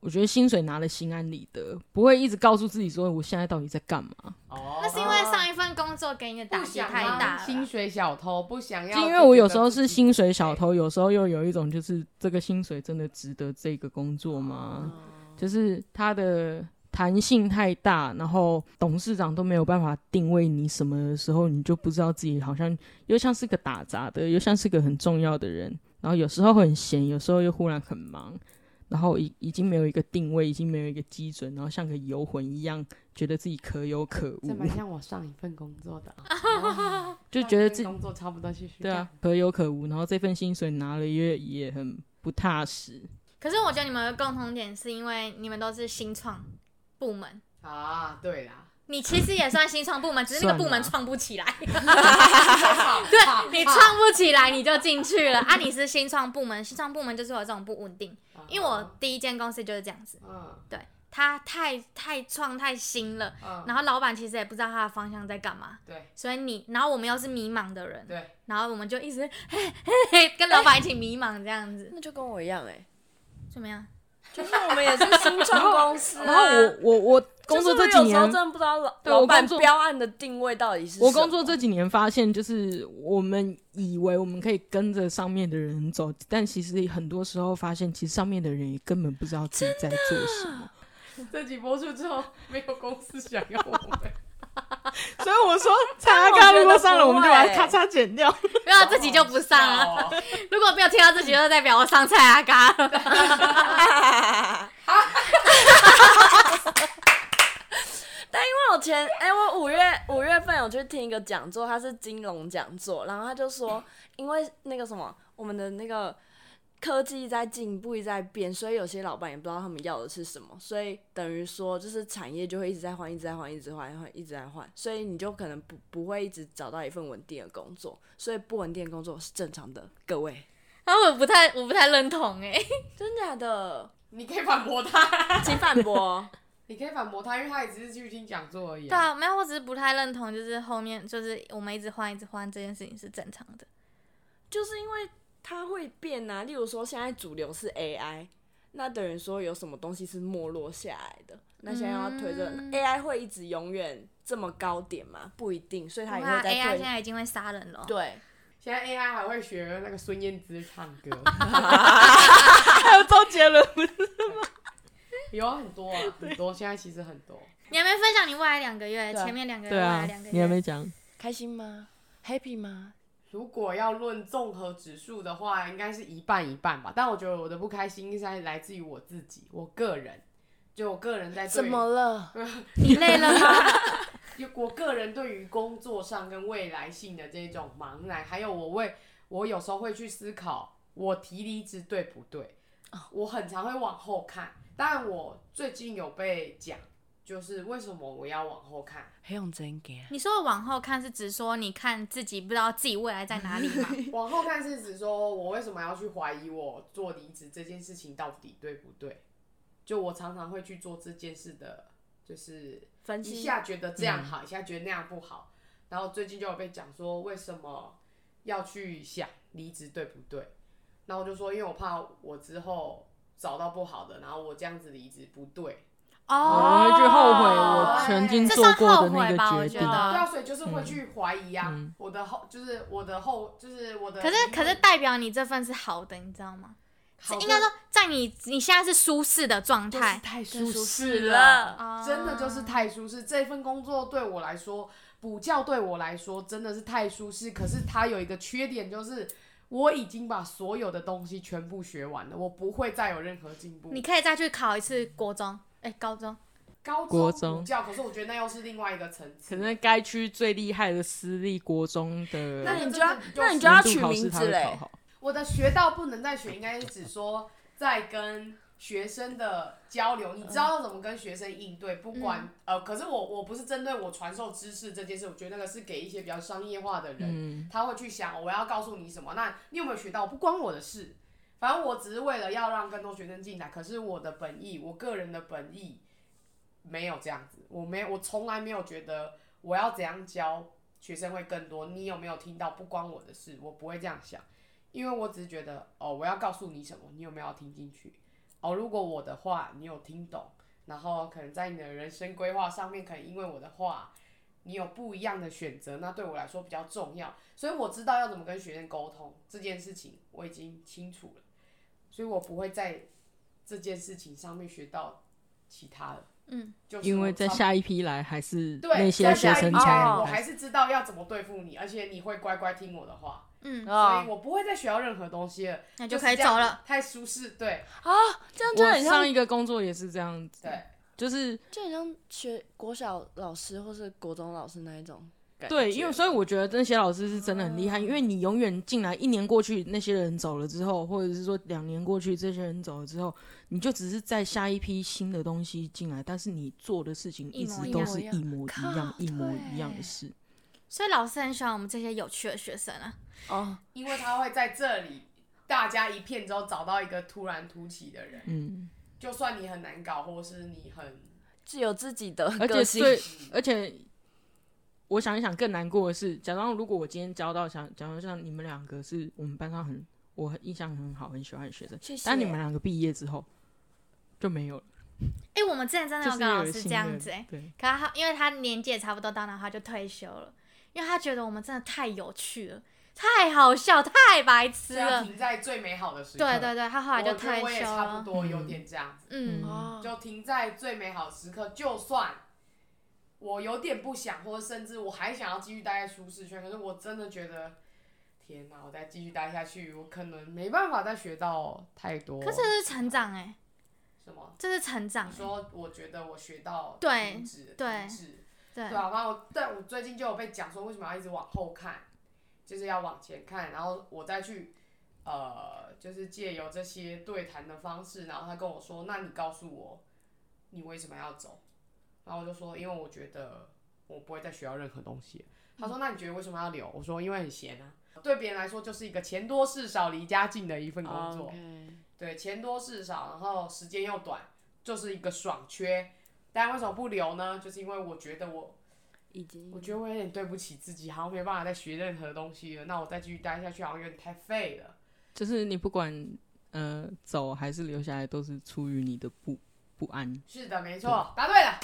D: 我觉得薪水拿的心安理得，不会一直告诉自己说我现在到底在干嘛。
E: 哦，
C: 那是因为上一份工作给你的打
E: 不
C: 击
E: 想
C: 太
E: 当
D: 哦
C: 大了
E: 薪
C: 啦。
E: 水小偷不想要，
D: 就因为我有时候是薪水小，偷，有时候又有一种就是这个薪水真的值得这个工作
E: 哦
D: 吗？就是它的弹性太大，然后董事长都没有办法定位你什么的时候，你就不知道自己好像又像是个打杂的，又像是个很重要的人，然后有时候很闲，有时候又忽然很忙。然后已已经没有一个定位，已经没有一个基准，然后像个游魂一样，觉得自己可有可
E: 这
D: 无，
E: 蛮像我上一份工作 的，啊
D: 就觉得自己
E: 工作差不多就是
D: 对啊，可有可无。然后这份薪水拿了也也很不踏实。
C: 可是我觉得你们的共同点是因为你们都是新创部门，
E: 啊，对啦，
C: 你其实也算新创部门，只是那个部门
D: 算啊
C: 创不起来。
E: 对
C: 你创不起来你就进去了啊！你是新创部门，新创部门就是有这种不稳定。因为我第一间公司就是这样子，
E: 啊嗯
C: 它太太创太新了，
E: 嗯，
C: 然后老板其实也不知道他的方向在干嘛，
E: 对
C: 所以你，然后我们又是迷茫的人，
E: 对，
C: 然后我们就一直 跟老板一起迷茫这样子，
B: 那就跟我一样哎、
C: 怎么样？
B: 就是我们也是新创公司、啊，
D: 然后我我我工作这几
B: 就是我有时候
D: 年
B: 真，的不知道老
D: 对
B: 老
D: 我
B: 板
D: 工作
B: 标案的定位到底是什么
D: 我工作这几年发现，就是我们以为我们可以跟着上面的人走，但其实很多时候发现，其实上面的人也根本不知道自己在做什么。
E: 这集播出之后，没有公司想要我 们，
D: 所以我说，叉
B: 但我觉
D: 叉
B: 得
D: 如果上了，我们就把
B: 不
D: 它
B: 会
D: 咔嚓剪掉。
C: 没有自己就不上了。
E: 了，
C: 如果没有听到这集，就代表我上菜啊嘎了。
B: 但因为我前哎、我五月五月份有去听一个讲座，它是金融讲座，然后他就说，因为那个什么，我们的那个科技在进步，一直在变，所以有些老板也不知道他们要的是什么，所以等于说就是产业就会一直在换，一直在换，一直换，换一直在换，所以你就可能不不会一直找到一份稳定的工作，所以不稳定的工作是正常的，各位，
C: 然后我不太我不太认同哎、
B: 真假的，
E: 你可以反驳他，
B: 请反驳。
E: 你可以反驳他，因为他也只是去听讲座而已
C: 对。啊，没有，我只是不太认同，就是后面就是我们一直换一直换这件事情是正常的。
B: 就是因为它会变啊。例如说，现在主流是 AI，那等于说有什么东西是没落下来的？那现在要推着、
C: 嗯
B: AI 会一直永远这么高点吗？不一定，所以它也会
C: 哇，AI
B: 在
C: 现
B: 推。
C: 在已经会杀人了。
B: 对，
E: 现在 AI 还会学那个孙燕姿唱歌，
D: 还有周杰伦，
E: 有啊很多啊，很多，现在其实很多。
C: 你还没分享你未来两个月，
B: 对啊
C: 前面两个月，
D: 对
C: 未来
D: 啊
C: 两个，
D: 你还没
C: 月。
D: 讲，
B: 开心吗？Happy 吗？
E: 如果要论综合指数的话，应该是一半一半吧。但我觉得我的不开心是来自于我自己，我个人，就我个人在对
B: 怎么了？
C: 你累了 吗？
E: 就我个人对于工作上跟未来性的这种茫然，还有我为我有时候会去思考我提离职对不对，我很常会往后看。当然，我最近有被讲，就是为什么我要往后看，
B: 还用真给？
C: 你说的往后看是指说你看自己不知道自己未来在哪里 吗？
E: 往后看是指说我为什么要去怀疑我做离职这件事情到底对不对？就我常常会去做这件事的，就是
B: 分
E: 一
B: 析
E: 下觉得这样好，一下觉得那样不好。然后最近就有被讲说，为什么要去想离职对不对？然后我就说，因为我怕
C: 哦
E: 我之后找到不好的，然后我这样子离职不对。
B: 哦
D: 我会去后曾经
C: 这
D: 做
C: 算
D: 过
C: 后
D: 的那
C: 悔
D: 个
C: 吧我
D: 决
C: 觉
D: 定。
C: 得
E: 对啊，所以就是会去怀疑啊，
D: 嗯
E: 我的后就是我的后就是我的
C: 可
E: 疑
C: 是
E: 问。
C: 可是代表你这份是好的，你知道吗？是
E: 好
C: 应该说在你你现在是舒适的状
E: 哦就是
C: 态，
E: 太
B: 更舒
E: 舒
B: 适
E: 适
B: 了
C: 啊
E: 真的就是太舒适。这份工作对我来说，补教对我来说真的是太舒适。可是它有一个缺点，就是我已经把所有的东西全部学完了，我不会再有任何进步。
C: 你可以再去考一次国中，哎、高中。
E: 高
D: 国
E: 中
D: 中
E: 补教，可是我觉得那又是另外一个层次。
D: 可能该区最厉害的私立国中的
B: 那
E: 那
B: 你
E: 你
B: 就
E: 就
B: 要
E: 要，
B: 那你就要
D: 年度
B: 取
D: 考
B: 名
D: 试他
B: 字
D: 会考
B: 嘞。
D: 好。
E: 我的学到不能再学，应该是指说在跟学生的交流，你知道要怎么跟学生应对，不管、呃，可是我我不是针对我传授知识这件事，我觉得那个是给一些比较商业化的人，
D: 嗯
E: 他会去想我要告诉你什么，那你有没有学到，不关我的事，反正我只是为了要让更多学生进来，可是我的本意，我个人的本意没有这样子，我没有，我从来没有觉得我要怎样教学生会更多，你有没有听到，不关我的事，我不会这样想。因为我只是觉得哦，我要告诉你什么，你有没有要听进去？哦，如果我的话你有听懂，然后可能在你的人生规划上面，可能因为我的话，你有不一样的选择，那对我来说比较重要，所以我知道要怎么跟学生沟通这件事情，我已经清楚了，所以我不会在这件事情上面学到其他的。
C: 嗯，
E: 就是
D: 因
E: 我
D: 为在
E: 差不
D: 下一批来还是
E: 对
D: 那些
E: 在
D: 学
E: 下一
D: 生
E: 批
D: 才
E: 来
B: 哦
E: 我
D: 能
E: 还
D: 来。
E: 是知道要怎么对付你，而且你会乖乖听我的话，
C: 嗯，
E: 所以
D: 哦
B: 啊
E: 我不会再学到任何东西了。
C: 那就
E: 就是
C: 可以
E: 这样
C: 走了。，
E: 太舒适，对
B: 啊，这样就
D: 我
B: 很
D: 上
B: 像，
D: 一个工作也是这样子，
B: 嗯
E: 对，
D: 就是
B: 就很像学国小老师或是国中老师那一种感觉。
D: 对，因为所以我觉得那些老师是真的很厉害，因为你永远进来一年过去，那些人走了之后，或者是说两年过去，这些人走了之后，你就只是在下一批新的东西进来，但是你做的事情
C: 一
D: 一
C: 模
D: 直
C: 一
D: 都
C: 样
D: 是一模一样、
B: 靠
D: 一模一样
B: 对
D: 的事。
C: 所以老师很喜欢我们这些有趣的学生啊。
B: 哦，
E: 因为他会在这里大家一片之后找到一个突然突起的人，
D: 嗯，
E: 就算你很难搞，或是你很
B: 自有自己的
D: 而
B: 个
D: 且
B: 性。
D: 最，而且我想一想，更难过的是，假装如果我今天交到像，假如像你们两个是我们班上很我很印象很好、很喜欢的学生，
B: 谢谢
D: 但你们两个毕业之后就没有了，
C: 哎、我们之前真的
D: 就
C: 有
D: 是
C: 跟老
D: 有
C: 师
D: 新
C: 这
D: 的
C: 样
D: 人
C: 子哎、
D: 对。
C: 可他因为他年纪也差不多到，然后他就退休了，因为他觉得我们真的太有趣了，太好笑，太白痴
E: 是要
C: 了。
E: 停在最美好的时刻。
C: 对对对，他后来就
E: 我觉得
C: 退
E: 我也
C: 休
E: 差不
C: 了。
E: 多有点这样子，
C: 嗯，
B: 哦
E: 就停在最美好时刻。就算我有点不想，或者甚至我还想要继续待在舒适圈，可是我真的觉得。天哪！我再继续待下去，我可能没办法再学到太多。
C: 可是这是成长哎、
E: 什么？
C: 这是成长、
E: 你
C: 欸。
E: 说我觉得我学到
C: 对
E: 停止
C: 对
E: 停止
C: 对
E: 对，啊，然后但我最近就有被讲说，为什么要一直往后看，就是要往前看，然后我再去，呃，就是借由这些对谈的方式，然后他跟我说，那你告诉我，你为什么要走？然后我就说，因为我觉得我不会再学到任何东西了。他
C: 嗯
E: 说，那你觉得为什么要留？我说，因为很闲啊。对别人来说，就是一个钱多事少、离家近的一份工作。
B: 哦 OK
E: 对，钱多事少，然后时间又短，就是一个爽缺。但为什么不留呢？就是因为我觉得我
B: 已经
E: 我觉得我有点对不起自己，好像没办法再学任何东西了。那我再继续待下去，好像有点太废了。
D: 就是你不管呃走还是留下来，都是出于你的不不安。
E: 是的，没错，答对了。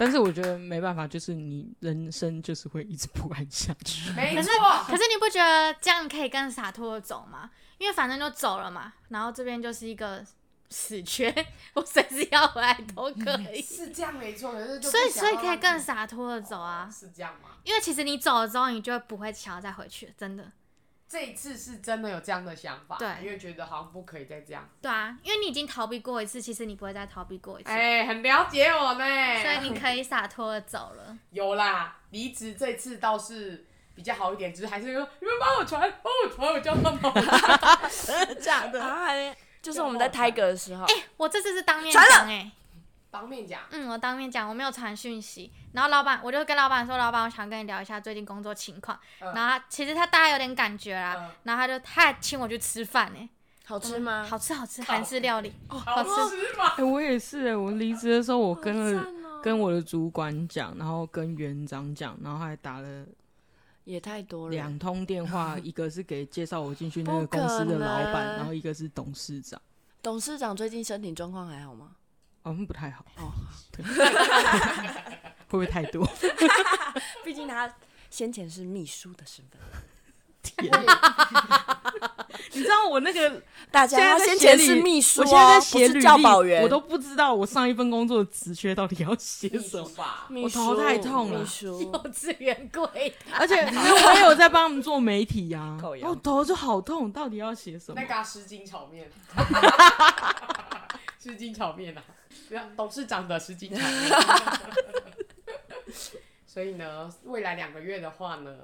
D: 但是我觉得没办法，就是你人生就是会一直不安下去。
E: 没错，
C: 可是你不觉得这样可以更洒脱的走吗？因为反正就走了嘛，然后这边就是一个死缺， 我随时要回来都可以。
E: 是这样没错，可嗯是就不
C: 所以，
E: 想
C: 所
E: 要
C: 以可以
E: 让
C: 更
E: 自己
C: 洒脱的走啊，
E: 是这样吗？
C: 因为其实你走了之后，你就不会想要再回去，真的。
E: 这一次是真的有这样的想法，
C: 对
E: 因为觉得好像不可以再这样。
C: 对啊，因为你已经逃避过一次，其实你不会再逃避过一次，
E: 哎、很了解我呢。
C: 所以你可以洒脱的走了。
E: 有啦，离职这次倒是比较好一点，只是还是说你们帮我传，帮我传，我叫他们帮我 传。
D: 假的？
B: 啊，还没就是我们在胎格的时候，
C: 我这次是当面
B: 传
C: 讲
B: 了
C: 哎、
E: 当面讲，
C: 嗯，我当面讲，我没有传讯息。然后老板，我就跟老板说，老板，我想跟你聊一下最近工作情况。
E: 嗯
C: 然后他其实他大概有点感觉啦，
E: 嗯
C: 然后他就他还请我去吃饭哎、
B: 嗯好吃吗？
C: 好吃好吃，
E: 靠
C: 韩式料理。哦
E: 好吃吗？
D: 哎、我也是哎、我离职的时候，我跟了、
B: 赞哦
D: 跟我的主管讲，然后跟园长讲，然后还打了
B: 也太多了
D: 两。通电话， 一个是给介绍我进去那个公司的老
B: 不可能
D: 板，然后一个是董事长，
B: 哦
D: 哦
B: 董事长最近身体状况还好吗？
D: 好像不太好。
B: 哦，
D: 对，会不会太 多？
B: 毕竟他先前是秘书的身份，
D: 天 你知道我那个
B: 大
D: 现在
B: 家他
D: 在
B: 先
D: 写
B: 前
D: 履
B: 是秘书、哦，
D: 我现在在写
B: 不
D: 履
B: 是
D: 历，
B: 教保员，
D: 我都不知道我上一份工作的职缺到底要写什么。
E: 吧？
B: 秘
D: 我
B: 书
D: 头太痛了
B: 秘书
C: 幼稚园柜台，
D: 而且我也有在帮他们做媒体呀、 啊
F: 靠，腰
D: 我头就好痛，到底要写什么
E: 那？嘎湿巾炒面，湿巾炒面啊，不要董事长的湿巾炒面。所以呢，未来两个月的话呢，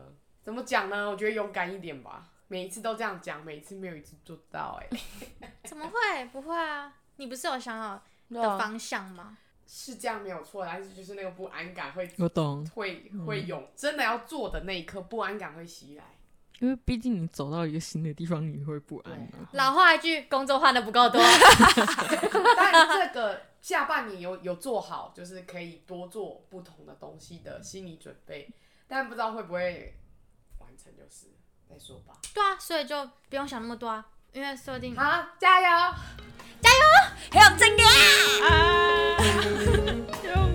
E: 怎么讲呢？我觉得勇敢一点吧。每一次都这样讲，每一次没有一次做到、哎，
C: 怎么会？不会啊，你不是有想好
B: 对
C: 的
B: 啊
C: 方向吗？
E: 是这样没有错，但是就是那个不安感会
D: 我懂，
E: 会会有，真的要做的那一刻，不安感会袭来。
D: 因为毕竟你走到一个新的地方，你会不安、
E: 嗯
D: 啊。
C: 老话一句，工作换的不够多。
E: 但这个下半年有有做好，就是可以多做不同的东西的心理准备，但不知道会不会完成，就是再说吧。
C: 对啊，所以就不用想那么多啊，因为设定
E: 好，加油！
B: 还有这个啊。
D: 啊！救命！